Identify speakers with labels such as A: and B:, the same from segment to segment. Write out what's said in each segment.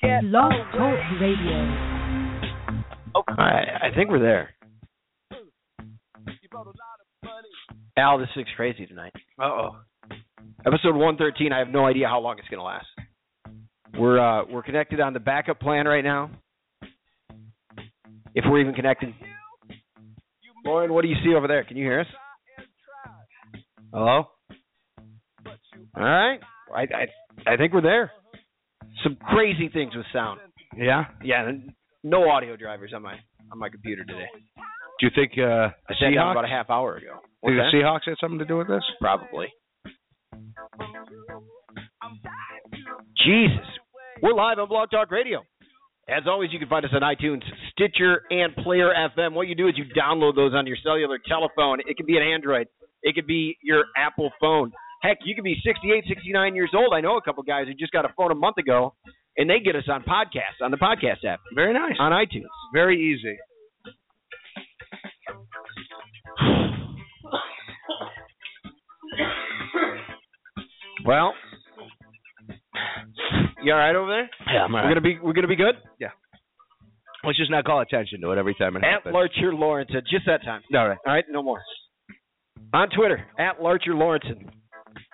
A: Get
B: Blog
A: over
B: Talk
A: it.
B: Radio.
C: All right, I think we're there.
A: You brought a lot of money.
C: Al, this looks crazy tonight. Uh oh. Episode one thirteen. I have no idea how long it's gonna last. We're uh we're connected on the backup plan right now. If we're even connected.
A: You
C: Lauren, what do you see over there? Can you hear us?
A: try and try,
C: Hello?
A: but you
C: All right. I I I think we're there. Some crazy things with sound.
D: Yeah.
C: Yeah, n- no audio drivers on my on my computer today.
D: Do you think uh,
C: I said that about
D: Seahawks?
C: a half hour ago.
D: Do the
C: What's that?
D: Seahawks had something to do with this?
C: Probably. Jesus. We're live on Blog Talk Radio. As always, you can find us on iTunes, Stitcher, and Player FM. What you do is you download those on your cellular telephone. It could be an Android, it could be your Apple phone. Heck, you could be 68, 69 years old. I know a couple guys who just got a phone a month ago, and they get us on podcasts, on the podcast app,
D: Very nice.
C: on iTunes.
D: Very easy.
C: Well, you all right over there?
D: Yeah, I'm all
C: We're
D: right.
C: gonna be we're gonna be good.
D: Let's just not call attention to it every time it
C: At
D: happens.
C: Larcher Lawrence, at just that time.
D: All right.
C: All right, no more. On Twitter, at Larcher Lawrenson.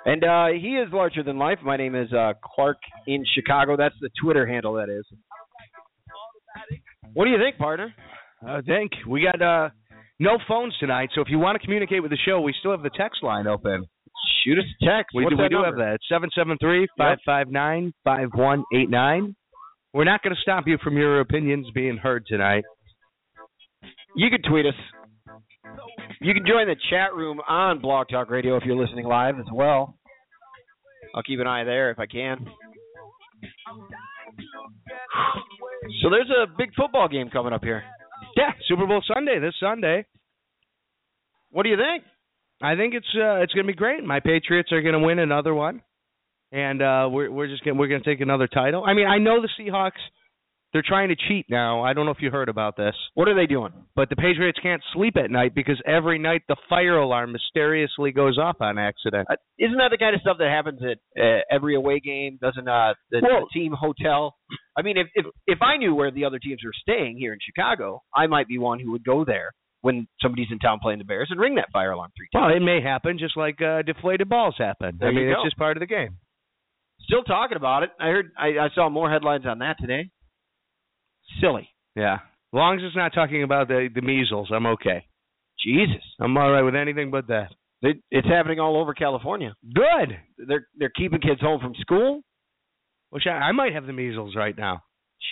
C: And uh, he is larger than life. My name is uh, Clark in Chicago. That's the Twitter handle, that is. What do you think, partner?
D: I think we got uh, no phones tonight, so if you want to communicate with the show, we still have the text line open.
C: Shoot us a text.
D: We
C: What's
D: do, we
C: that
D: do
C: number?
D: have that. Seven seven three five five nine five one eight nine. We're not going to stop you from your opinions being heard tonight.
C: You can tweet us. You can join the chat room on Blog Talk Radio if you're listening live as well. I'll keep an eye there if I can. So there's a big football game coming up here.
D: Yeah, Super Bowl Sunday this Sunday.
C: What do you think?
D: I think it's uh, it's going to be great. My Patriots are going to win another one, and uh, we're we're just gonna, we're going to take another title. I mean, I know the Seahawks. They're trying to cheat now. I don't know if you heard about this.
C: What are they doing?
D: But the Patriots can't sleep at night because every night the fire alarm mysteriously goes off on accident.
C: Uh, isn't that the kind of stuff that happens at uh, every away game? Doesn't uh, the, the
D: Well-
C: team hotel? I mean, if, if if I knew where the other teams were staying here in Chicago, I might be one who would go there when somebody's in town playing the Bears and ring that fire alarm three times.
D: Well, it may happen just like uh, deflated balls happen.
C: There
D: I
C: you
D: mean, it's
C: go.
D: just part of the game.
C: Still talking about it. I heard. I, I saw more headlines on that today. Silly.
D: Yeah. As long as it's not talking about the, the measles, I'm okay.
C: Jesus.
D: I'm all right with anything but that.
C: They, it's happening all over California.
D: Good.
C: They're they're keeping kids home from school.
D: Which I, I might have the measles right now.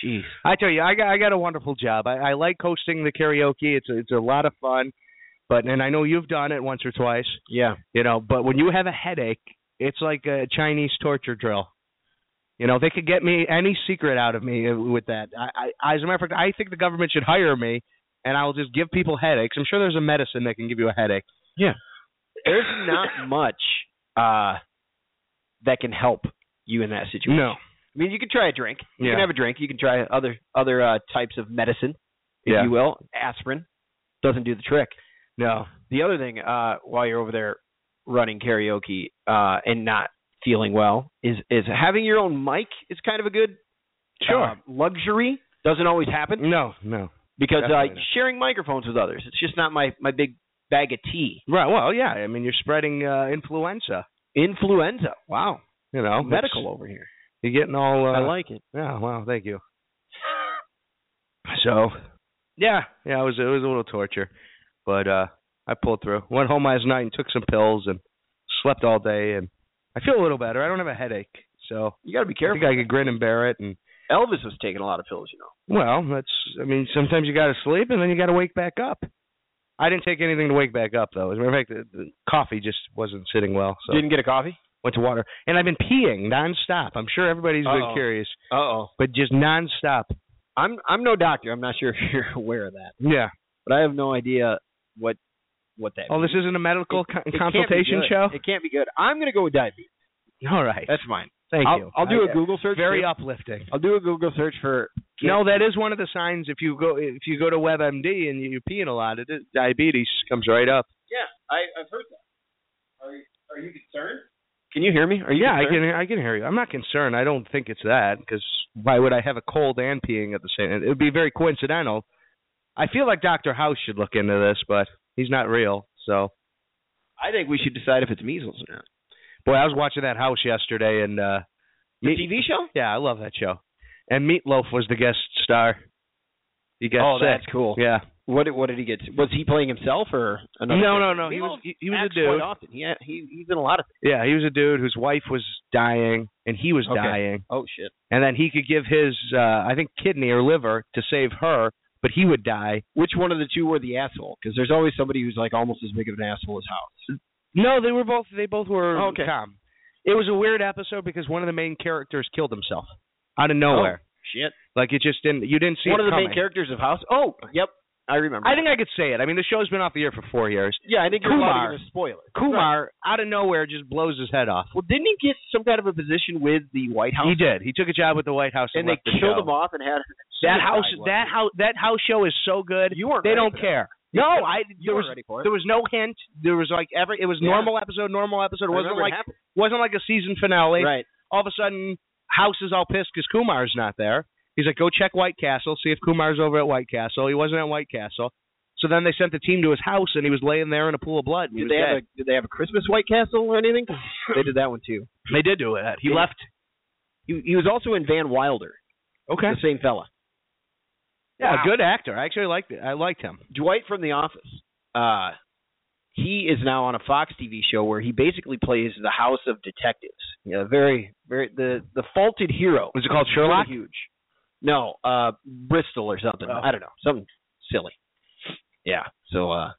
C: Jeez.
D: I tell you, I got I got a wonderful job. I, I like hosting the karaoke. It's a, it's a lot of fun. But and I know you've done it once or twice,
C: Yeah.
D: you know. But when you have a headache, it's like a Chinese torture drill. You know, they could get me any secret out of me uh, with that. I, I, as a matter of fact, I think the government should hire me, and I'll just give people headaches. I'm sure there's a medicine that can give you a headache.
C: There's not much uh, that can help you in that situation.
D: No.
C: I mean, you can try a drink. You
D: Yeah.
C: can have a drink. You can try other other uh, types of medicine, if
D: Yeah.
C: you will. Aspirin doesn't do the trick.
D: No.
C: The other thing, uh, while you're over there running karaoke uh, and not feeling well, is is having your own mic is kind of a good
D: Sure.
C: uh, luxury. Doesn't always happen
D: No. No.
C: because uh,
D: definitely not.
C: sharing microphones with others, it's just not my my big bag of tea.
D: Right. Well, yeah. I mean, you're spreading uh, influenza.
C: Influenza. Wow,
D: You know, it's-
C: medical over here.
D: You're getting all. Uh,
C: I like it.
D: Yeah, wow, thank you. So, yeah, yeah, it was it was a little torture, but uh I pulled through. Went home last night and took some pills and slept all day and I feel a little better. I don't have a headache, so
C: You got to be
D: I
C: careful.
D: think I could grin and bear it. And
C: Elvis was taking a lot of pills, you know.
D: well, that's I mean sometimes you got to sleep and then you got to wake back up. I didn't take anything to wake back up though. As a matter of fact, the, the coffee just wasn't sitting well, so
C: Didn't get a coffee.
D: went to water. And I've been peeing nonstop. I'm sure everybody's
C: Uh-oh.
D: been curious,
C: Uh oh.
D: but just nonstop.
C: I'm I'm no doctor. I'm not sure if you're aware of that,
D: Yeah.
C: but I have no idea what what that.
D: Oh,
C: means.
D: this isn't a medical
C: It-
D: con-
C: It can't be
D: consultation
C: good.
D: show.
C: It can't be good. I'm gonna go with diabetes.
D: All right,
C: That's mine.
D: thank
C: I'll,
D: you.
C: I'll do
D: I-
C: a Google search.
D: Very
C: too.
D: uplifting.
C: I'll do a Google search for.
D: No, that is one of the signs. If you go, if you go to WebMD and you're peeing a lot, it is, diabetes comes right up.
C: Yeah, I, I've heard that. Are you, are you concerned? Can you hear me? Are you
D: yeah,
C: concerned?
D: I can I can hear you. I'm not concerned. I don't think it's that because why would I have a cold and peeing at the same? It would be very coincidental. I feel like Doctor House should look into this, but he's not real. So
C: I think we should decide if it's measles or not.
D: boy, I was watching that House yesterday, and uh
C: The
D: Meat-
C: TV show?
D: yeah, I love that show. And Meatloaf was the guest star. He got
C: oh,
D: sick.
C: that's cool.
D: Yeah.
C: What did, what did he get? Was he playing himself or another?
D: No, no,
C: character?
D: no. He was he, he was
C: acts
D: a dude.
C: Quite often. He, he he's in a lot of things.
D: Yeah, he was a dude whose wife was dying, and he was
C: Okay.
D: dying,
C: Oh shit.
D: and then he could give his uh I think kidney or liver to save her, but he would die.
C: Which one of the two were the asshole? Because there's always somebody who's like almost as big of an asshole as House.
D: No, they were both. They both were
C: Oh, okay.
D: calm. It was a weird episode because one of the main characters killed himself out of nowhere.
C: Shit.
D: Like it just didn't. You didn't see
C: Oh. one
D: it
C: of the
D: coming.
C: main characters of House. Oh, yep. I remember.
D: I think I could say it. I mean, the show's been off the air for four years.
C: yeah, I think you're allowed
D: Kumar.
C: to give a spoiler. Right.
D: Kumar out of nowhere just blows his head off.
C: Well, didn't he get some kind of a position with the White House?
D: He did. He took a job at the White House
C: and
D: and,
C: they
D: left the
C: killed
D: show.
C: him off and had suicide
D: That house,
C: was.
D: that house, that house show is so good.
C: You weren't. ready
D: They don't
C: for that.
D: care.
C: You
D: No,
C: weren't-
D: I
C: You
D: there
C: were
D: was
C: ready for it.
D: there was no hint. There was like every it was
C: Yeah.
D: normal episode, normal episode. It
C: I
D: wasn't
C: remember it
D: like
C: happened.
D: wasn't like a season finale.
C: right.
D: all of a sudden House is all pissed because Kumar's not there. He's like, go check White Castle, see if Kumar's over at White Castle. He wasn't at White Castle. So then they sent the team to his house, and he was laying there in a pool of blood. and he
C: Did
D: was
C: they have a
D: dead.
C: Did they have a Christmas White Castle or anything? 'Cause they did that one too.
D: they did do that. He
C: Yeah.
D: left.
C: He, he was also in Van Wilder,
D: Okay.
C: the same fella.
D: Yeah,
C: Wow.
D: Oh, good actor. I actually liked it. I liked him.
C: Dwight from The Office. Uh, he is now on a Fox TV show where he basically plays the House of Detectives. Yeah, very, very the the faulted hero.
D: Was it called
C: Really
D: Sherlock?
C: huge. No, uh, Bristol or something.
D: Oh.
C: I don't know, something silly. Yeah. So uh,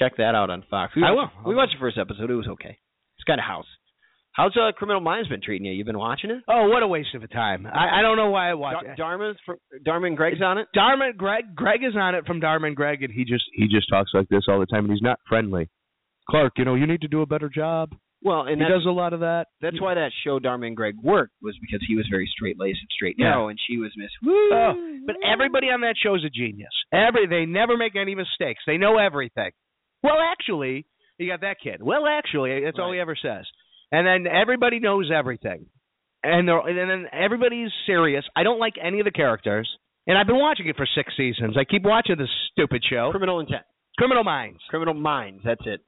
C: check that out on Fox. We
D: I
C: watched-
D: will.
C: We watched the first episode. It was okay. It's kind of House. How's uh, Criminal Minds been treating you? You've been watching it?
D: Oh, what a waste of a time. I, I don't know why I watched it.
C: Dharma's from, Dharma and Greg's on it.
D: Dharma Greg Greg is on it from Dharma and Greg, and he just he just talks like this all the time, and he's not friendly. Clark, you know, you need to do a better job.
C: Well, and
D: he
C: that's
D: does a lot of that.
C: That's why that show Dharma and Greg worked was because he was very straight laced and straight
D: Yeah.
C: no, and she was Miss Woo.
D: Oh, But everybody on that show is a genius. Every they never make any mistakes. They know everything. Well, actually, you got that kid. Well, actually, that's all he
C: Right.
D: ever says. And then everybody knows everything. And they're and then everybody's serious. I don't like any of the characters. And I've been watching it for six seasons. I keep watching this stupid show,
C: criminal intent,
D: Criminal Minds.
C: criminal minds. That's it.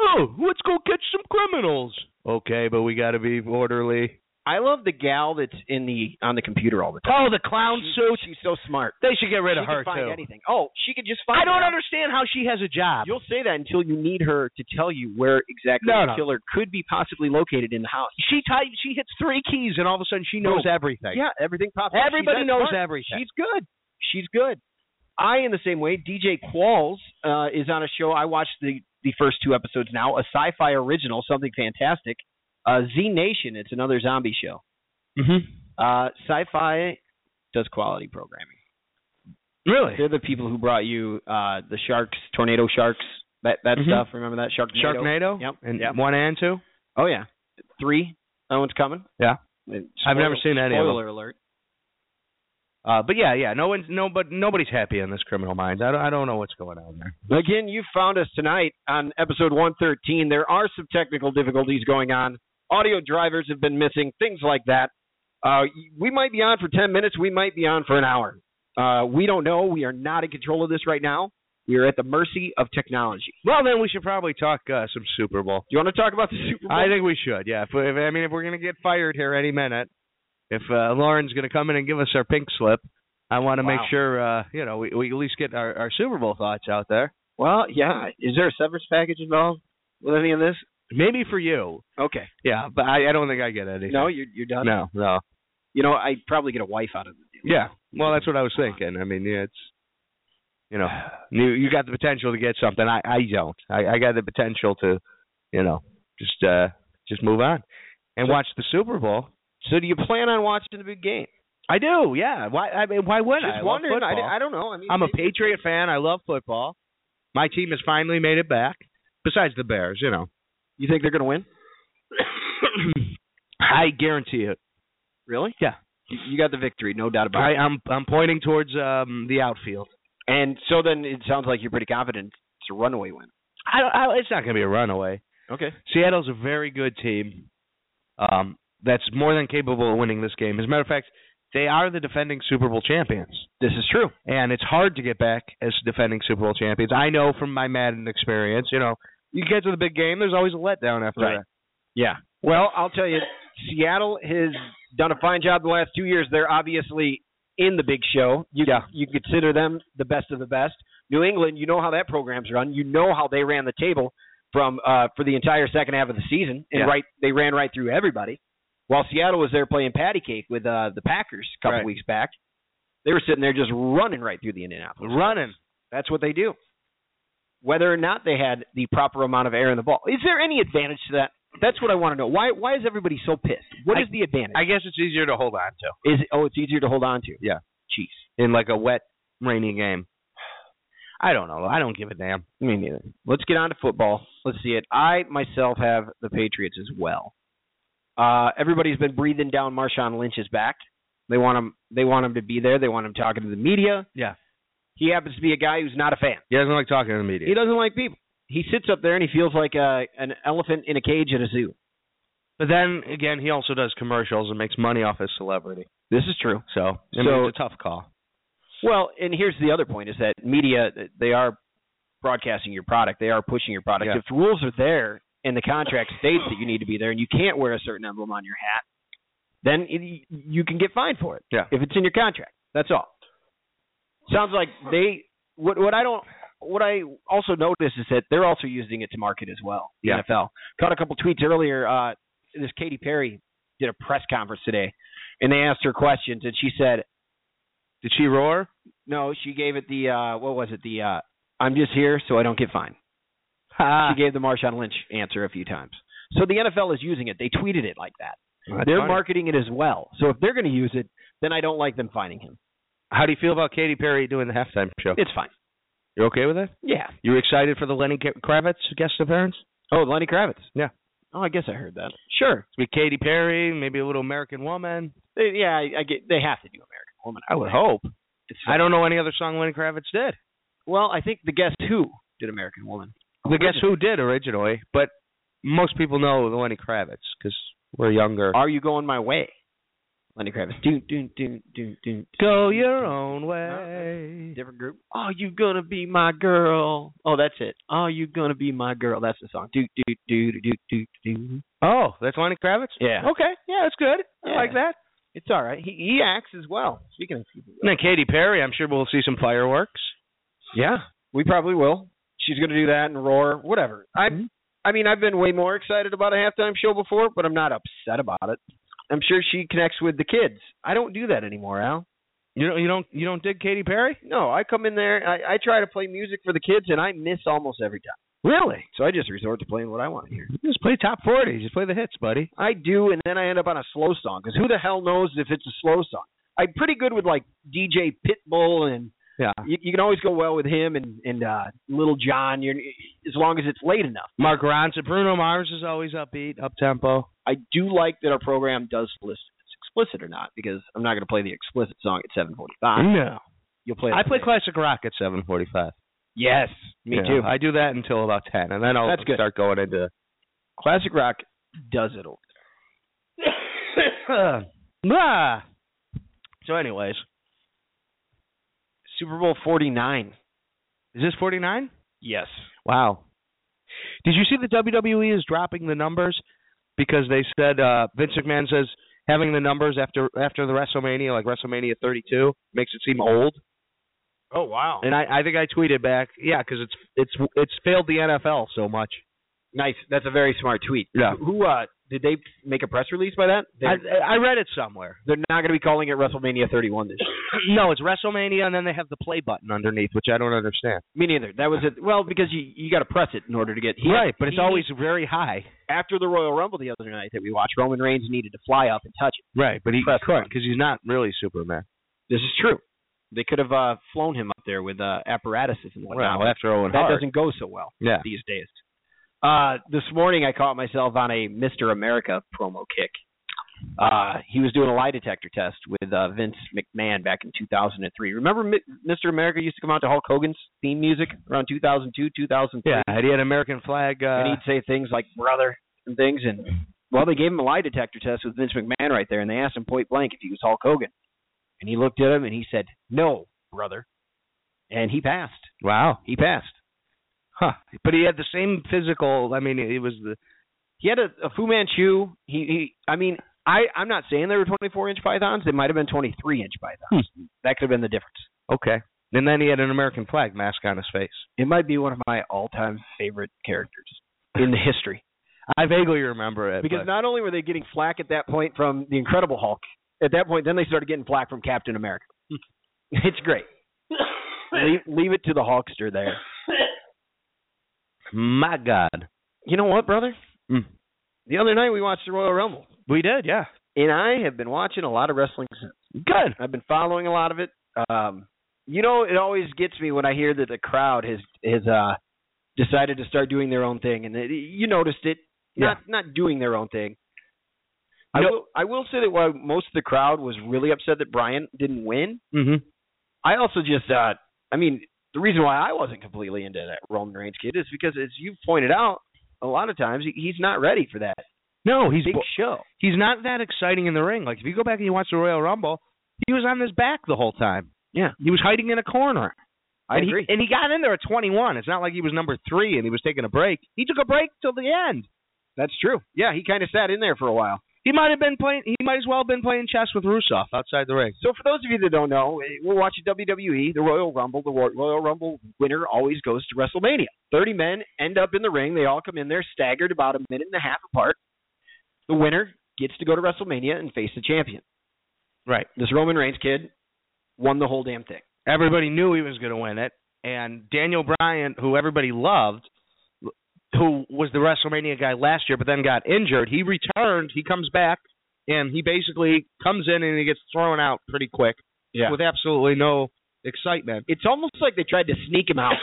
D: Oh, let's go catch some criminals. Okay, but we got to be orderly.
C: I love the gal that's in the on the computer all the time.
D: Oh, the clown
C: She-
D: suit.
C: She's so smart.
D: They should get rid
C: she
D: of
C: could
D: her
C: find
D: too.
C: anything. Oh, she could just find.
D: I don't
C: out.
D: understand how she has a job.
C: You'll say that until you need her to tell you where exactly
D: No,
C: the
D: no.
C: killer could be possibly located in the house.
D: she type she hits three keys and all of a sudden she knows
C: Boom.
D: everything.
C: Oh. Yeah, everything pops. up.
D: Everybody
C: She's that
D: knows
C: smart.
D: everything.
C: She's good. She's good. I, in the same way, DJ Qualls uh, is on a show. I watched the the first two episodes now. A sci-fi original, something fantastic. Uh, Z Nation. It's another zombie show.
D: mm-hmm.
C: Uh, sci-fi does quality programming.
D: Really?
C: They're the people who brought you uh, the sharks, tornado sharks, that that
D: Mhm.
C: stuff. Remember that shark?
D: Sharknado?
C: Yep,
D: And
C: yep.
D: one and two?
C: Oh yeah, three. That one's coming.
D: Yeah.
C: And
D: I've never
C: spoil-
D: seen any of them.
C: Spoiler alert.
D: Uh but yeah, yeah. No one's no but nobody's happy in this criminal minds. I don't I don't know what's going on there.
C: Again, you found us tonight on episode 113. There are some technical difficulties going on. Audio drivers have been missing, things like that. Uh, we might be on for 10 minutes. We might be on for an hour. Uh, we don't know. We are not in control of this right now. We are at the mercy of technology.
D: Well then we should probably talk uh, some Super Bowl.
C: Do you want to talk about the Super Bowl?
D: I think we should, yeah. If, we- if I mean if we're gonna get fired here any minute, if uh, Lauren's gonna come in and give us our pink slip, I wanna
C: Wow.
D: make sure uh, you know, we, we at least get our, our Super Bowl thoughts out there.
C: well, yeah. Is there a severance package involved with any of this?
D: Maybe for you.
C: Okay.
D: Yeah, but I, I don't think I get anything.
C: No, you're, you're done.
D: no, no.
C: You know, I probably get a wife out of it.
D: Yeah. Well, that's what I was thinking. I mean, yeah, it's you know, you you got the potential to get something. I I don't. I I got the potential to, you know, just uh just move on and
C: So-
D: watch the Super Bowl.
C: So, do you plan on watching the big game?
D: I do. Yeah. Why I mean, why would I? I
C: Just
D: love
C: wondering. I,
D: football.
C: I don't know. I mean,
D: I'm a
C: maybe-
D: Patriot fan. I love football. My team has finally made it back. Besides the Bears, you know.
C: You think they're going to win?
D: I guarantee it.
C: Really?
D: Yeah.
C: You you got the victory, no doubt about
D: I,
C: it.
D: I'm I'm pointing towards um the outfield.
C: And so then it sounds like you're pretty confident it's a runaway win.
D: I, don't- I it's not going to be a runaway.
C: Okay.
D: Seattle's a very good team um, that's more than capable of winning this game. As a matter of fact, they are the defending Super Bowl champions,
C: This is true.
D: and it's hard to get back as defending Super Bowl champions. I know from my Madden experience, you know, you get to the big game, there's always a letdown after
C: Right.
D: that. Yeah.
C: Well, I'll tell you, Seattle has done a fine job the last two years. They're obviously in the big show. You,
D: Yeah.
C: you consider them the best of the best. New England, you know how that program's run. You know how they ran the table from uh, for the entire second half of the season, and
D: Yeah.
C: right they ran right through everybody. While Seattle was there playing patty cake with uh, the Packers a couple
D: Right.
C: weeks back, they were sitting there just running right through the Indianapolis.
D: Running.
C: That's what they do. Whether or not they had the proper amount of air in the ball, is there any advantage to that? That's what I want to know. Why why is everybody so pissed? What is
D: I-
C: the advantage?
D: I guess it's easier to hold on to
C: is it, oh, it's easier to hold on to.
D: Yeah.
C: Jeez.
D: in like a wet, rainy game. I don't know. I don't give a damn.
C: Me neither. Let's get on to football. Let's see it. I myself have the Patriots as well. Uh, everybody's been breathing down Marshawn Lynch's back. They want him. They want him to be there. They want him talking to the media.
D: Yeah.
C: He happens to be a guy who's not a fan.
D: He doesn't like talking to the
C: He
D: media.
C: doesn't like people. He sits up there and he feels like a, an elephant in a cage at a zoo.
D: But then again, he also does commercials and makes money off his celebrity.
C: This is true.
D: So, I mean,
C: So-
D: it's a tough call.
C: Well, and here's the other point: is that media they are broadcasting your product, they are pushing your product.
D: Yeah.
C: If the rules are there and the contract states that you need to be there and you can't wear a certain emblem on your hat, then it, you can get fined for it.
D: Yeah.
C: If it's in your contract, that's all. Sounds like they what what I don't what I also notice is that they're also using it to market as well. The
D: Yeah.
C: NFL caught a couple tweets earlier. Uh, this Katy Perry did a press conference today, and they asked her questions, and she said,
D: Did she roar?
C: no, she gave it the uh what was it? The uh I'm just here so I don't get fined.
D: Ha.
C: She gave the Marshawn Lynch answer a few times. So the NFL is using it. They tweeted it like that. they're
D: They're mark-
C: marketing it as well. So if they're going to use it, then I don't like them finding him.
D: How do you feel about Katy Perry doing the halftime show?
C: It's fine.
D: You okay with it?
C: Yeah.
D: You excited for the Lenny K- Kravitz guest appearance?
C: Oh, Lenny Kravitz.
D: Yeah.
C: Oh, I guess I heard that. Sure.
D: It's with Katy Perry, maybe a little American Woman.
C: They, yeah, I, I get. They have to do American Woman.
D: I would hope.
C: It's
D: I don't know any other song Lenny Kravitz did.
C: Well, I think the Guess Who did American Woman.
D: The Guess Who did originally, but most people know Lenny Kravitz because we're younger.
C: Are you going my way? Lenny Kravitz. Do do do do do.
D: Go your own way.
C: different group. Oh, you gonna be my girl. Oh, that's it. Oh, you gonna be my girl. That's the song. Do do do do do do do.
D: Oh, that's Lenny Kravitz.
C: Yeah,
D: Okay, yeah, that's good. I
C: Yeah.
D: like that.
C: it's all right. He he acts as well. Speaking of, people.
D: And then Katy Perry, I'm sure we'll see some fireworks.
C: yeah, we probably will. She's gonna do that and roar, whatever. I
D: Mhm.
C: I mean, I've been way more excited about a halftime show before, but I'm not upset about it. I'm sure she connects with the kids. I don't do that anymore, Al.
D: You don't, you don't, you don't dig Katy Perry?
C: No, I come in there. I, I try to play music for the kids, and I miss almost every time.
D: Really?
C: So I just resort to playing what I want to hear.
D: Just play top forty. Just play the hits, buddy.
C: I do, and then I end up on a slow song because who the hell knows if it's a slow song? I'm pretty good with like DJ Pitbull, and
D: Yeah.
C: you, you can always go well with him and and uh, Little John. You're, as long as it's late enough.
D: Mark Ronson, Bruno Mars is always upbeat, up tempo.
C: I do like that our program does list if it's explicit or not because I'm not going to play the explicit song at 7:45.
D: No,
C: You'll play.
D: I
C: that
D: play
C: later.
D: classic rock at seven forty-five.
C: Yes, me
D: You
C: too.
D: know, I do that until about ten, and then I'll
C: That's good.
D: start going into.
C: Classic rock does it. over
D: Ah. So, anyways,
C: there. Super Bowl 49.
D: is this forty-nine?
C: Yes.
D: Wow. Did you see the WWE is dropping the numbers because they said uh, Vince McMahon says having the numbers after after the WrestleMania, like WrestleMania 32, makes it seem old.
C: Oh wow.
D: And I, I think I tweeted back, yeah, because it's it's it's failed the NFL so much.
C: Nice. That's a very smart tweet.
D: Yeah.
C: Who uh did they make a press release by that? They're,
D: I, I read it somewhere.
C: they're not going to be calling it WrestleMania 31 this year.
D: no, it's WrestleMania, and then they have the play button underneath, which I don't understand.
C: Me neither. That was it. Well, because you you got to press it in order to get he-
D: right, but it's
C: he-
D: always very high.
C: after the Royal Rumble the other night that we watched. Roman Reigns needed to fly up and touch it.
D: Right, but he
C: Press
D: couldn't
C: button.
D: because he's not really Superman.
C: This is true. They could have uh, flown him up there with uh, apparatuses and whatnot.
D: Well, after Owen
C: but that
D: Hart,
C: doesn't go so well
D: yeah.
C: these days. Uh, this morning I caught myself on a Mr. America promo kick. Uh, he was doing a lie detector test with uh, Vince McMahon back in 2003. Remember, Mi- Mr. America used to come out to Hulk Hogan's theme music around 2002, 2003,
D: Yeah, and he had an American flag. Uh,
C: and he'd say things like "brother" and things. And well, they gave him a lie detector test with Vince McMahon right there, and they asked him point blank if he was Hulk Hogan, and he looked at him and he said, "No, brother," and he passed.
D: wow.
C: He passed.
D: Huh. But he had the same physical. I mean, it was the
C: He had a, a Fu Manchu. He, he, I mean, I, I'm not saying they were 24 inch pythons. They might have been 23 inch pythons. That could have been the difference.
D: okay. And then he had an American flag mask on his face.
C: It might be one of my all time favorite characters in the history.
D: I vaguely remember it.
C: Because
D: but-
C: not only were they getting flack at that point from the Incredible Hulk, at that point, then they started getting flack from Captain America. it's great. Hmm. leave, leave it to the Hulkster there.
D: my God,
C: You know what, brother?
D: Mm.
C: The other night we watched the Royal Rumble,
D: we did, yeah.
C: and I have been watching a lot of wrestling since.
D: Good.
C: I've been following a lot of it. Um, you know, it always gets me when I hear that the crowd has has uh, decided to start doing their own thing, and it, you noticed it. Not not doing their own thing. I
D: No.
C: will I will say that while most of the crowd was really upset that Brian didn't win,
D: Mm-hmm.
C: I also just uh, I mean the reason why I wasn't completely into that Roman Reigns kid is because as you've pointed out a lot of times he- he's not ready for that
D: No, he's
C: big
D: bo-
C: show.
D: he's not that exciting in the ring. Like if you go back and you watch the Royal Rumble, he was on his back the whole time.
C: Yeah.
D: he was hiding in a corner.
C: I
D: and
C: agree.
D: He, and he got in there at 21. It's not like he was number three and he was taking a break. He took a break till the end.
C: That's true. Yeah, he kind of sat in there for a while.
D: He might have been playing. He might as well have been playing chess with Rusev outside the ring.
C: So for those of you that don't know, eh, we're watching WWE, the Royal Rumble. The Ro- Royal Rumble winner always goes to WrestleMania. Thirty men end up in the ring. They all come in there staggered about a minute and a half apart. The winner gets to go to WrestleMania and face the champion.
D: Right.
C: This Roman Reigns kid won the whole damn thing.
D: Everybody knew he was going to win it, and Daniel Bryan, who everybody loved, who was the WrestleMania guy last year, but then got injured. He returned. He comes back, and he basically comes in and he gets thrown out pretty quick
C: Yeah.
D: with absolutely no excitement.
C: It's almost like they tried to sneak him out.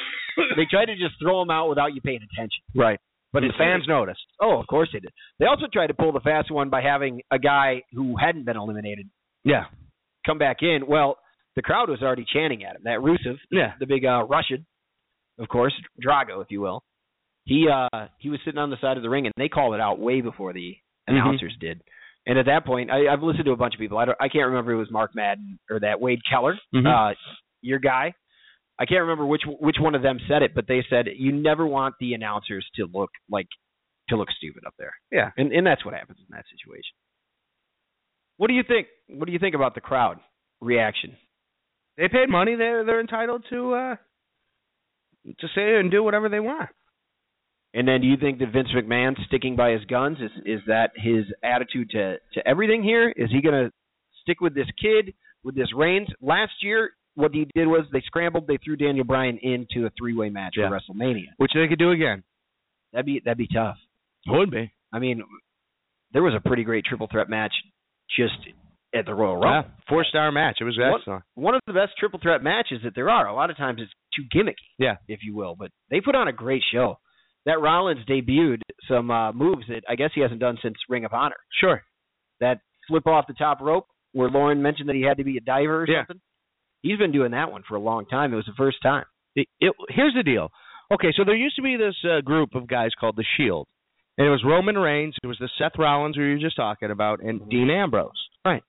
C: they tried to just throw him out without you paying attention.
D: Right. But the
C: it's-
D: fans noticed.
C: Oh, of course they did. They also tried to pull the fast one by having a guy who hadn't been eliminated
D: Yeah.
C: come back in. Well, the crowd was already chanting at him. That Rusev,
D: Yeah.
C: the big uh, Russian, of course, Drago, if you will. He uh he was sitting on the side of the ring, and they called it out way before the announcers did. And at that point, I, I've listened to a bunch of people. I don't, I can't remember if it was Mark Madden or that Wade Keller,
D: Mhm.
C: uh, your guy. I can't remember which which one of them said it, but they said you never want the announcers to look like to look stupid up there.
D: Yeah.
C: and and that's what happens in that situation. What do you think? What do you think about the crowd reaction?
D: They paid money. They're they're entitled to uh to say and do whatever they want.
C: And then, do you think that Vince McMahon sticking by his guns is is that his attitude to to everything here? Is he going to stick with this kid with this Reigns? Last year, what he did was they scrambled, they threw Daniel Bryan into a three way match
D: Yeah.
C: for WrestleMania.
D: Which they could do again.
C: That'd be that'd be tough.
D: Would be.
C: I mean, there was a pretty great triple threat match just at the Royal
D: Yeah.
C: Rumble.
D: Four star match. It was
C: What-
D: excellent.
C: One of the best triple threat matches that there are. A lot of times it's too gimmicky,
D: Yeah.
C: if you will. But they put on a great show. That Rollins debuted some uh, moves that I guess he hasn't done since Ring of Honor.
D: Sure.
C: that flip off the top rope where Lauren mentioned that he had to be a diver or
D: Yeah.
C: something. He's been doing that one for a long time. It was the first time.
D: It, it, here's the deal. Okay, so there used to be this uh, group of guys called the Shield, and it was Roman Reigns, it was the Seth Rollins who you were just talking about, and Dean Ambrose.
C: Right.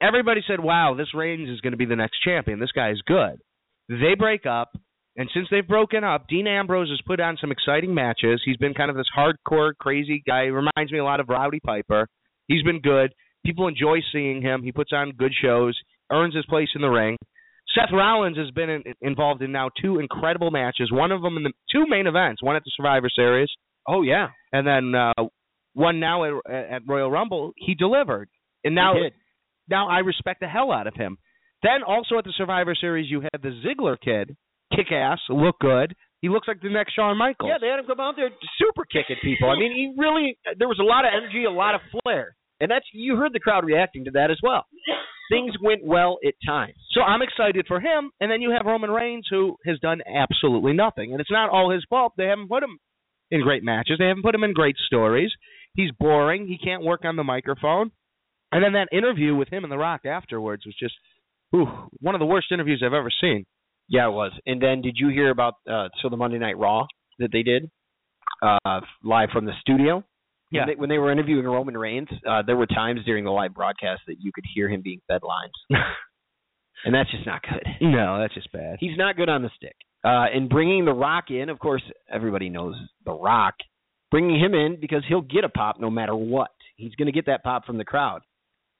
D: Everybody said, "Wow, this Reigns is going to be the next champion. This guy is good." They break up, and since they've broken up, Dean Ambrose has put on some exciting matches. He's been kind of this hardcore, crazy guy. He reminds me a lot of Rowdy Piper. He's been good. People enjoy seeing him. He puts on good shows, earns his place in the ring. Seth Rollins has been in, involved in now two incredible matches. One of them in the two main events, one at the Survivor Series,
C: Oh yeah,
D: and then uh, one now at, at Royal Rumble. He delivered, and now
C: He did.
D: now I respect the hell out of him. Then also at the Survivor Series, you had the Ziggler kid, kick ass, look good. He looks like the next Shawn Michaels.
C: yeah, they had him come out there super kicking people. I mean, he really there was a lot of energy, a lot of flair, and that's you heard the crowd reacting to that as well. Things went well at times.
D: So I'm excited for him. And then you have Roman Reigns, who has done absolutely nothing. And it's not all his fault. They haven't put him in great matches, they haven't put him in great stories. He's boring. He can't work on the microphone. And then that interview with him and The Rock afterwards was just, ooh, one of the worst interviews I've ever seen.
C: Yeah, it was. And then did you hear about uh so the Monday Night Raw that they did uh live from the studio?
D: Yeah.
C: When they, when they were interviewing Roman Reigns, uh there were times during the live broadcast that you could hear him being fed lines, and that's just not good.
D: no, that's just bad.
C: He's not good on the stick. Uh and bringing The Rock in, of course, everybody knows The Rock. Bringing him in because he'll get a pop no matter what. He's going to get that pop from the crowd.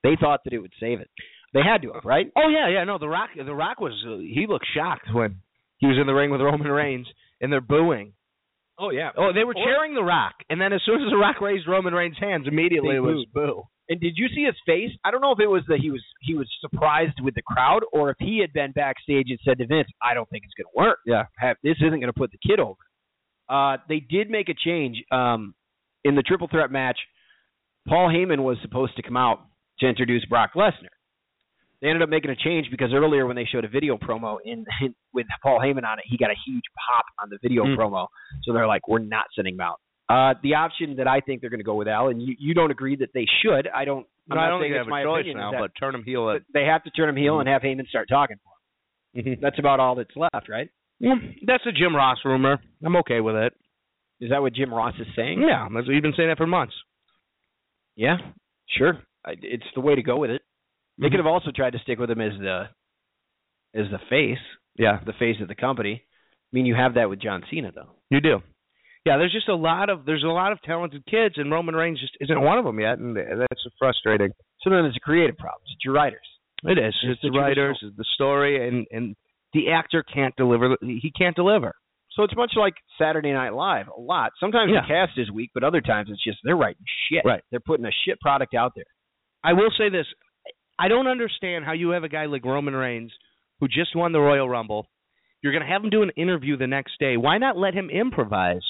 C: They thought that it would save it. They had to have, right?
D: Oh yeah, yeah. No, The Rock. The Rock was uh, he looked shocked when he was in the ring with Roman Reigns and they're booing.
C: Oh yeah.
D: Oh, they were cheering The Rock, and then as soon as The Rock raised Roman Reigns' hands, immediately
C: They
D: it was boo.
C: And did you see his face? I don't know if it was that he was he was surprised with the crowd, or if he had been backstage and said to Vince, "I don't think it's going to work.
D: Yeah.
C: Have, this isn't going to put the kid over." Uh, they did make a change um, in the triple threat match. Paul Heyman was supposed to come out to introduce Brock Lesnar. They ended up making a change because earlier when they showed a video promo in, in with Paul Heyman on it, he got a huge pop on the video
D: Mm.
C: promo. So they're like, "We're not sending him out." Uh, the option that I think they're going to go with Al, and you, you don't agree that they should. I don't. I'm
D: I
C: not saying
D: don't think they
C: it's
D: have
C: my
D: a choice
C: opinion is
D: now,
C: that-
D: but Mm. turn him heel. At,
C: but they have to turn him heel and have Heyman start talking for him. That's about all that's left, right?
D: Mm-hmm. Mm, that's a Jim Ross rumor. I'm okay with it.
C: Is that what Jim Ross is saying?
D: Yeah, that's, you've been saying that for months.
C: Yeah, sure. I, it's the way to go with it.
D: Mm-hmm.
C: They could have also tried to stick with him as the as the face,
D: Yeah,
C: the face of the company. I mean, you have that with John Cena though.
D: you do. Yeah, there's just a lot of there's a lot of talented kids, and Roman Reigns just isn't one of them yet, and that's frustrating.
C: Sometimes it's a creative problem. It's your writers.
D: It is. It's,
C: the
D: the writers, it's the story, and and the actor can't deliver. He can't deliver.
C: So it's much like Saturday Night Live a lot. Sometimes the cast is weak, but other times it's just they're writing shit.
D: Right.
C: They're putting a shit product out there.
D: I will say this: I don't understand how you have a guy like Roman Reigns who just won the Royal Rumble. You're going to have him do an interview the next day. Why not let him improvise?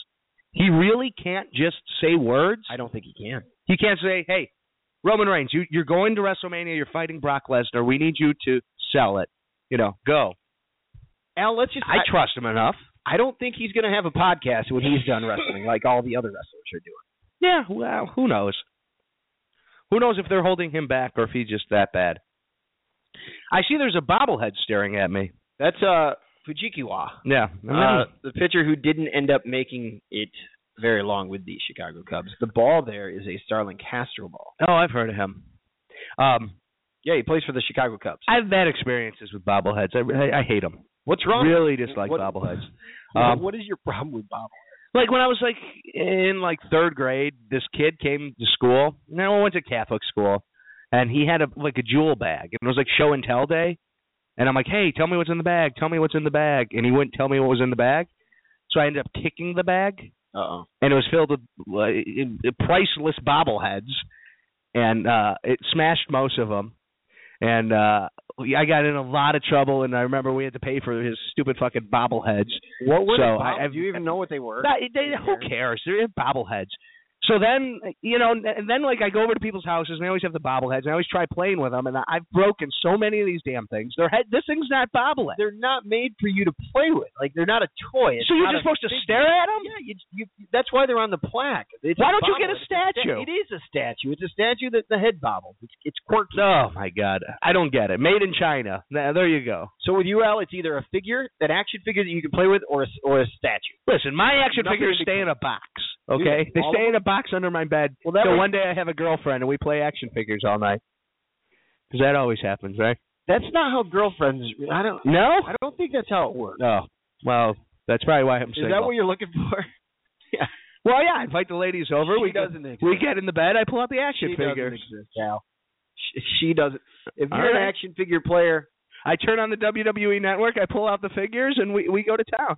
D: He really can't just say words.
C: I don't think he can.
D: He can't say, "Hey, Roman Reigns, you, you're going to WrestleMania. You're fighting Brock Lesnar. We need you to sell it. You know, go."
C: Al, let's just
D: I, trust him enough.
C: I don't think he's going to have a podcast when he's done wrestling, like all the other wrestlers are doing.
D: Yeah. Well, who knows? Who knows if they're holding him back or if he's just that bad? I see there's a bobblehead staring at me.
C: That's uh, Fujikiwa,
D: Yeah.
C: uh, the pitcher who didn't end up making it very long with the Chicago Cubs. The ball there is a Starling Castro ball.
D: Oh, I've heard of him. Um,
C: Yeah, he plays for the Chicago Cubs.
D: I've had experiences with bobbleheads. I, I, I hate them.
C: What's wrong?
D: Really dislike
C: What-
D: bobbleheads.
C: What-
D: Um,
C: what is your problem with bobbleheads?
D: Like when I was like in like third grade, this kid came to school. Now I went to Catholic school, and he had a like a jewel bag, and it was like show and tell day. And I'm like, hey, tell me what's in the bag. Tell me what's in the bag. And he wouldn't tell me what was in the bag, so I ended up kicking the bag,
C: Uh-oh.
D: and it was filled with uh, priceless bobbleheads, and uh, it smashed most of them. And uh, I got in a lot of trouble, and I remember we had to pay for his stupid fucking bobbleheads.
C: What were
D: So,
C: they?
D: I- I've-
C: Do you even know what they were?
D: Nah, it- they- who cares? They're bobbleheads. So then, you know, and then like I go over to people's houses and they always have the bobbleheads. And I always try playing with them, and I- I've broken so many of these damn things. Their head, this thing's not bobblehead.
C: They're not made for you to play with. Like they're not a toy. It's
D: so you're
C: not a
D: just supposed to
C: figure.
D: stare at them?
C: Yeah, you, you, that's why they're on the plaque. It's
D: Why
C: a
D: don't you get a
C: bobblehead. It's
D: statue?
C: It is a statue. It's a statue that the head bobbles. It's, it's quirky.
D: Oh my god, I don't get it. Made in China. Nah, there you go.
C: So with you, Al, it's either a figure, an action figure that you can play with, or a, or a statue.
D: Listen, my action
C: Nothing
D: figures
C: to
D: stay in a box. Okay,
C: Dude,
D: they
C: all
D: stay
C: of
D: in a box under my bed.
C: Well, that
D: so
C: was-
D: one day I have a girlfriend and we play action figures all night. Because that always happens, right?
C: That's not how girlfriends. I don't.
D: No.
C: I don't think that's how it works.
D: Oh, well, that's probably why I'm
C: Is
D: single.
C: that what you're looking for?
D: Well, yeah, I invite the ladies over.
C: She
D: we get-
C: doesn't exist.
D: we get in the bed. I pull out the action
C: She doesn't
D: figures.
C: exist, Al. She, she doesn't. If
D: All
C: you're an
D: right.
C: action figure player,
D: I turn on the WWE Network. I pull out the figures, and we we go to town.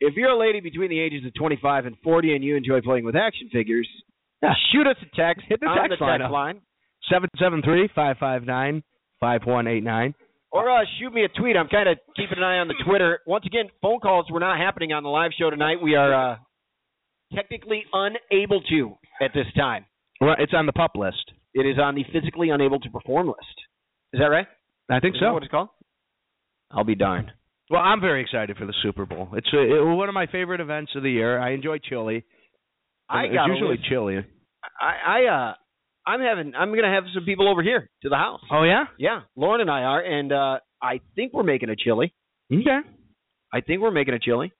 C: if you're a lady between the ages of 25 and 40 and you enjoy playing with action figures,
D: Yeah.
C: shoot us a text.
D: Hit the
C: on
D: text
C: the
D: line
C: text
D: up.
C: line.
D: Seven seven three five five nine five one eight nine.
C: Or uh, shoot me a tweet. I'm kind of keeping an eye on the Twitter. Once again, phone calls were not happening on the live show tonight. We are uh, technically unable to at this time.
D: Well, it's on the pup list.
C: It is on the physically unable to perform list. Is that right?
D: I think
C: Is that
D: so.
C: what it's called? I'll be darned.
D: Well, I'm very excited for the Super Bowl. It's uh it, one of my favorite events of the year. I enjoy chili.
C: I
D: it's
C: got
D: usually chili.
C: I, I uh I'm having I'm gonna have some people over here to the house.
D: Oh yeah.
C: Yeah, Lauren and I are, and uh, I think we're making a chili.
D: Okay.
C: I think we're making a chili.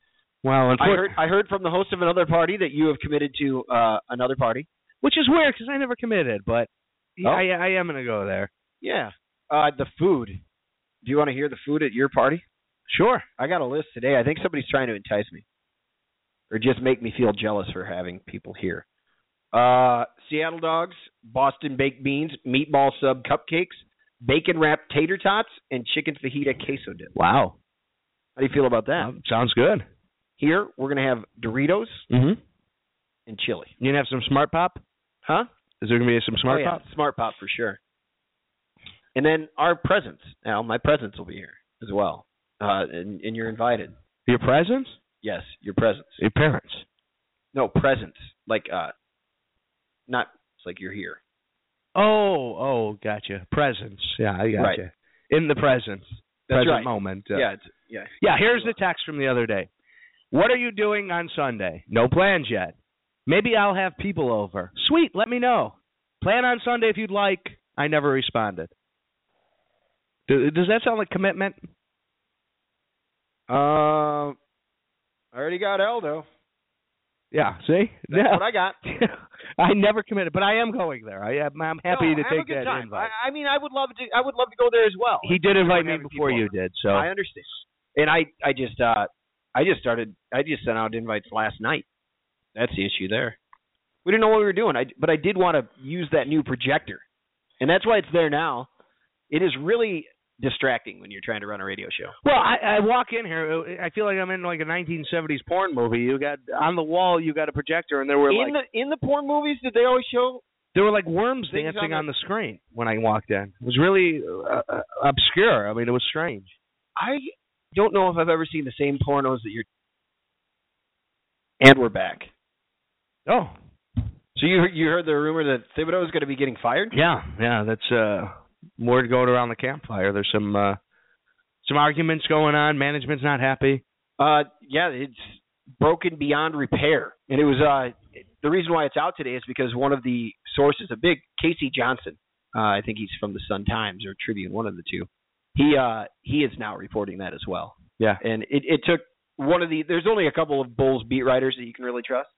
D: Well,
C: I
D: unfortunately,
C: heard I heard from the host of another party that you have committed to uh, another party.
D: which is weird because I never committed, but yeah,
C: Oh.
D: I, I am gonna go there.
C: Yeah. Uh, the food. Do you want to hear the food at your party?
D: Sure.
C: I got a list today. I think somebody's trying to entice me, or just make me feel jealous for having people here. Uh, Seattle dogs, Boston baked beans, meatball sub cupcakes, bacon wrapped tater tots, and chicken fajita queso dip.
D: Wow.
C: How do you feel about that?
D: Um, sounds good.
C: Here we're gonna have Doritos
D: Mm-hmm.
C: and chili.
D: You gonna have some smart pop?
C: Huh?
D: Is there gonna be some smart
C: oh, yeah.
D: pop?
C: Smart Pop for sure. And then our presence. Now, my presence will be here as well. Uh, and, and you're invited.
D: Your presents?
C: Yes, your presence.
D: Your parents?
C: No, presence. Like, uh, not it's like you're here.
D: Oh, oh, gotcha. Presents. Yeah, I gotcha.
C: Right.
D: In the present.
C: That's
D: present
C: right.
D: moment. uh,
C: Yeah, it's, yeah.
D: Yeah, here's the text from the other day. What are you doing on Sunday? No plans yet. Maybe I'll have people over. Sweet, let me know. Plan on Sunday if you'd like. I never responded. Do- Does that sound like commitment?
C: Uh, I already got Eldo.
D: Yeah, see?
C: That's
D: yeah.
C: what I got.
D: I-, never committed, but I am going there. I, am I'm happy
C: No,
D: to
C: have a
D: take
C: good
D: that
C: time.
D: invite.
C: I, I mean, I would love to. I would love to go there as well.
D: he did invite me
C: having
D: before
C: people
D: you
C: over.
D: did, so
C: I understand. And I, I just, uh, I just started. I just sent out invites last night. That's the issue there. We didn't know what we were doing. I, but I did want to use that new projector, and that's why it's there now. It is really distracting when you're trying to run a radio show.
D: Well, I, I walk in here. I feel like I'm in like a 1970s porn movie. You got on the wall. You got a projector, and there were like
C: in the in the porn movies, did they always show?
D: there were like worms
C: Things on
D: dancing
C: the-
D: on the screen when I walked in. It was really uh, uh, obscure. I mean, it was strange.
C: I don't know if I've ever seen the same pornos that you're. And we're back.
D: Oh,
C: So you you heard the rumor that Thibodeau is going to be getting fired?
D: yeah, yeah. That's uh, word going around the campfire. There's some uh, some arguments going on. Management's not happy.
C: Uh, yeah, it's broken beyond repair, and it was uh the reason why it's out today is because one of the sources, a big Casey Johnson, uh, I think he's from the Sun Times or Tribune, one of the two. He uh he is now reporting that as well.
D: Yeah.
C: and it it took one of the. There's only a couple of Bulls beat writers that you can really trust.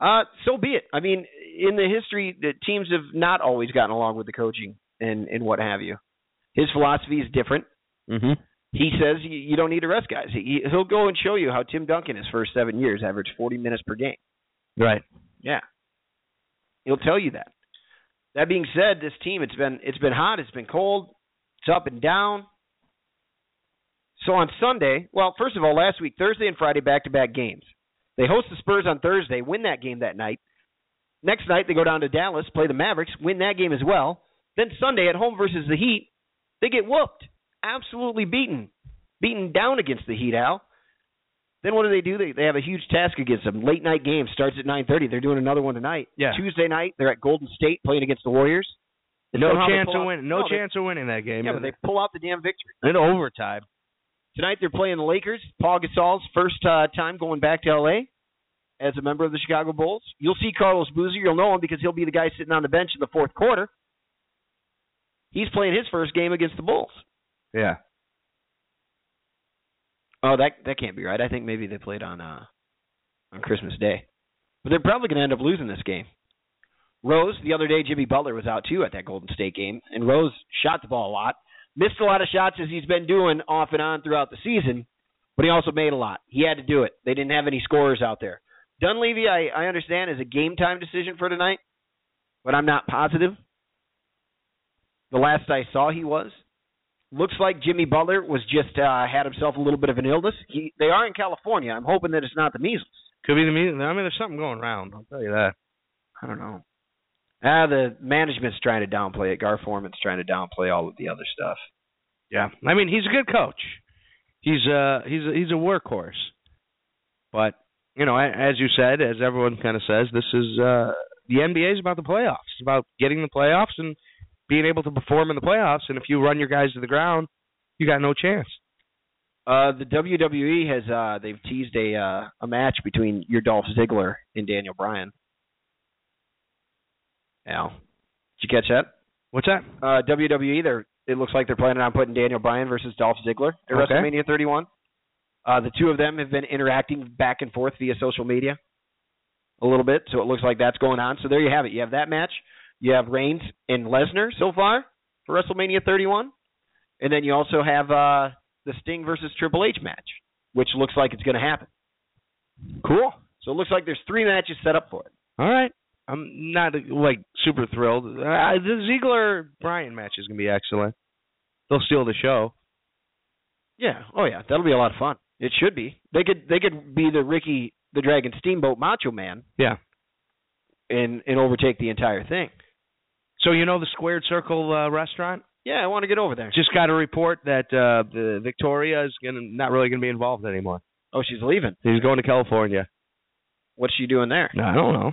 C: Uh, so be it. I mean, in the history, the teams have not always gotten along with the coaching and and what have you. His philosophy is different
D: Mm-hmm.
C: he says you, you don't need to rest guys. He, he'll go and show you how Tim Duncan, his first seven years, averaged 40 minutes per game.
D: Right.
C: Yeah, he'll tell you that. That being said, this team it's been it's been hot, it's been cold, it's up and down. So on Sunday, well, first of all, last week Thursday and Friday back to back games. They host the Spurs on Thursday, win that game that night. Next night they go down to Dallas, play the Mavericks, win that game as well. Then Sunday at home versus the Heat, they get whooped, absolutely beaten, beaten down against the Heat. Al. Then what do they do? They they have a huge task against them. Late night game starts at 9:30. They're doing another one tonight.
D: Yeah.
C: Tuesday night they're at Golden State playing against the Warriors. And
D: No
C: somehow they
D: chance
C: pull
D: of
C: out-
D: winning. No,
C: they-
D: chance of winning that game.
C: yeah, but they pull out the damn victory.
D: in overtime.
C: Tonight they're playing the Lakers. Paul Gasol's first uh, time going back to L.A. as a member of the Chicago Bulls. You'll see Carlos Boozer. You'll know him because he'll be the guy sitting on the bench in the fourth quarter. He's playing his first game against the Bulls.
D: Yeah.
C: Oh, that that can't be right. I think maybe they played on uh, on Christmas Day, but they're probably going to end up losing this game. Rose, the other day, Jimmy Butler was out too at that Golden State game, and Rose shot the ball a lot, missed a lot of shots as he's been doing off and on throughout the season, but he also made a lot. He had to do it. They didn't have any scorers out there. Dunleavy, I, I understand, is a game time decision for tonight, but I'm not positive. The last I saw, he was looks like Jimmy Butler was just uh, had himself a little bit of an illness. He, they are in California. I'm hoping that it's not the measles.
D: Could be the meeting. I mean, there's something going around. I'll tell you that.
C: I don't know. Ah, the management's trying to downplay it. Gar Forman's trying to downplay all of the other stuff.
D: Yeah, I mean he's a good coach. He's a he's a, he's a workhorse. But you know, a- as you said, as everyone kind of says, this is uh, the NBA is about the playoffs. It's about getting the playoffs and being able to perform in the playoffs. And if you run your guys to the ground, you got no chance.
C: Uh, the WWE has uh, they've teased a uh, a match between your Dolph Ziggler and Daniel Bryan. Al, Did you catch that?
D: What's that?
C: Uh, WWE, they're, it looks like they're planning on putting Daniel Bryan versus Dolph Ziggler at
D: Okay.
C: WrestleMania 31. Uh, the two of them have been interacting back and forth via social media a little bit, so it looks like that's going on. So there you have it. You have that match. You have Reigns and Lesnar so far for WrestleMania 31, and then you also have uh, the Sting versus Triple H match, which looks like it's going to happen.
D: Cool.
C: So it looks like there's three matches set up for it.
D: All right. I'm not like super thrilled. Uh, the Ziegler Bryan match is gonna be excellent. They'll steal the show.
C: Yeah. Oh yeah. That'll be a lot of fun. It should be. They could they could be the Ricky the Dragon Steamboat Macho Man.
D: Yeah.
C: And and overtake the entire thing.
D: So you know the Squared Circle uh, restaurant
C: Yeah, I want to get over there.
D: just got a report that uh, the Victoria is gonna not really gonna be involved anymore.
C: Oh, she's leaving.
D: He's going to California.
C: What's she doing there?
D: I don't know.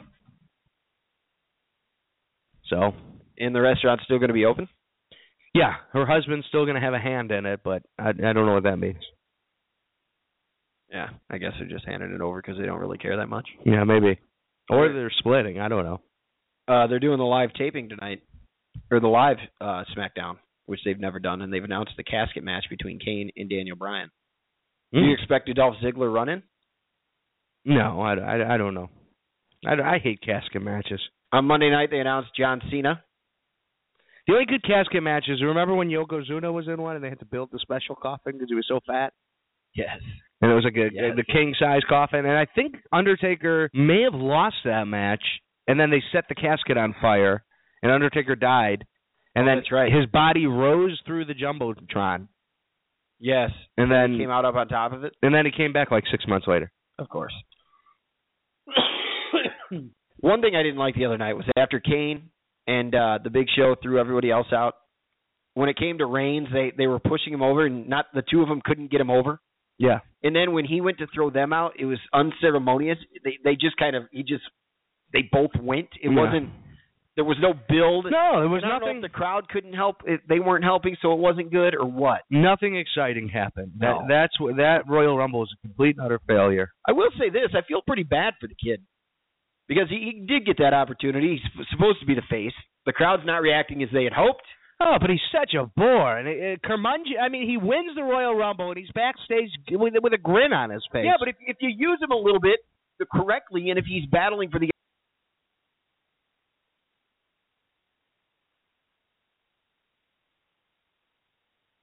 D: So
C: And the restaurant's still going to be open?
D: yeah, her husband's still gonna have a hand in it, but I, I don't know what that means.
C: Yeah, I guess they're just handing it over because they don't really care that much.
D: Yeah, maybe. Or they're splitting. I don't know.
C: Uh, they're doing the live taping tonight, or the live uh, SmackDown, which they've never done, and they've announced the casket match between Kane and Daniel Bryan.
D: Hmm.
C: Do you expect a Dolph Ziggler run in?
D: No, I, I, I don't know. I, I hate casket matches.
C: On Monday night, they announced John Cena.
D: The only good casket matches. Remember when Yokozuna was in one and they had to build the special coffin because he was so fat,
C: Yes.
D: and it was like a,
C: Yes.
D: the king size coffin. And I think Undertaker may have lost that match, and then they set the casket on fire, and Undertaker died, and
C: Oh,
D: then
C: that's right.
D: his body rose through the jumbotron,
C: Yes.
D: and then
C: Came out up on top of it.
D: and then he came back like six months later.
C: Of course. One thing I didn't like the other night was after Kane and uh the Big Show threw everybody else out. When it came to Reigns, they they were pushing him over, and not the two of them couldn't get him over.
D: Yeah,
C: And then when he went to throw them out, it was unceremonious. They they just kind of he just they both went. It
D: Yeah.
C: wasn't there was no build.
D: no, there was
C: And I don't know if
D: nothing.
C: the crowd couldn't help. It, they weren't helping, so it wasn't good or what.
D: Nothing exciting happened.
C: No.
D: That, that's what that Royal Rumble is a complete and utter failure.
C: I will say this: I feel pretty bad for the kid because he, he did get that opportunity. He's f- supposed to be the face. The crowd's not reacting as they had hoped.
D: Oh, but he's such a bore. And it, it, Kermunge- I mean, he wins the Royal Rumble and he's backstage with, with a grin on his face.
C: Yeah, but if, if you use him a little bit the, correctly, and if he's battling for the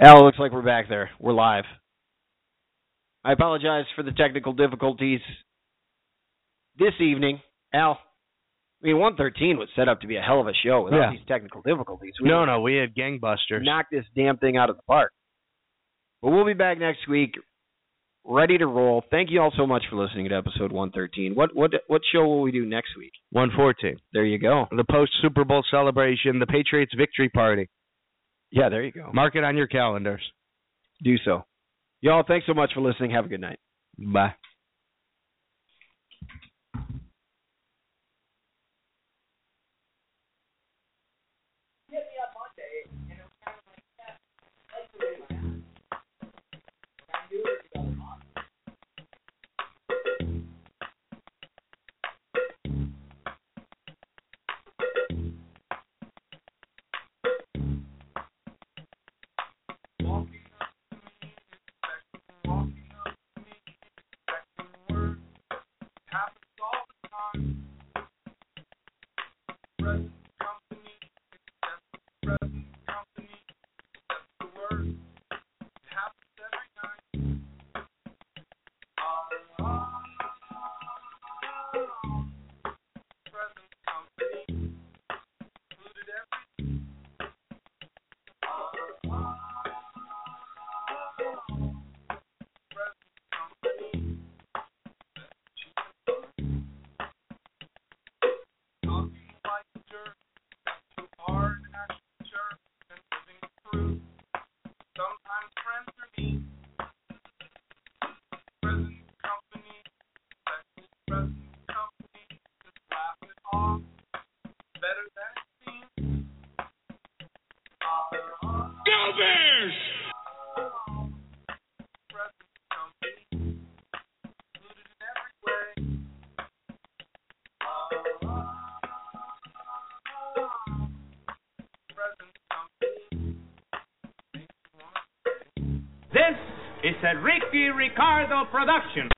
C: Al, looks like we're back there. We're live. I apologize for the technical difficulties this evening, Al. I mean, 113 was set up to be a hell of a show without
D: Yeah.
C: these technical difficulties. We
D: no, no, we had gangbusters.
C: knock this damn thing out of the park. But we'll be back next week, ready to roll. Thank you all so much for listening to episode 113. What what what show will we do next week?
D: 114.
C: There you go.
D: The post Super Bowl celebration, the Patriots victory party.
C: Yeah, there you go.
D: Mark it on your calendars.
C: Do so. Y'all, thanks so much for listening. Have a good night.
D: Bye. This is a Ricky Ricardo production.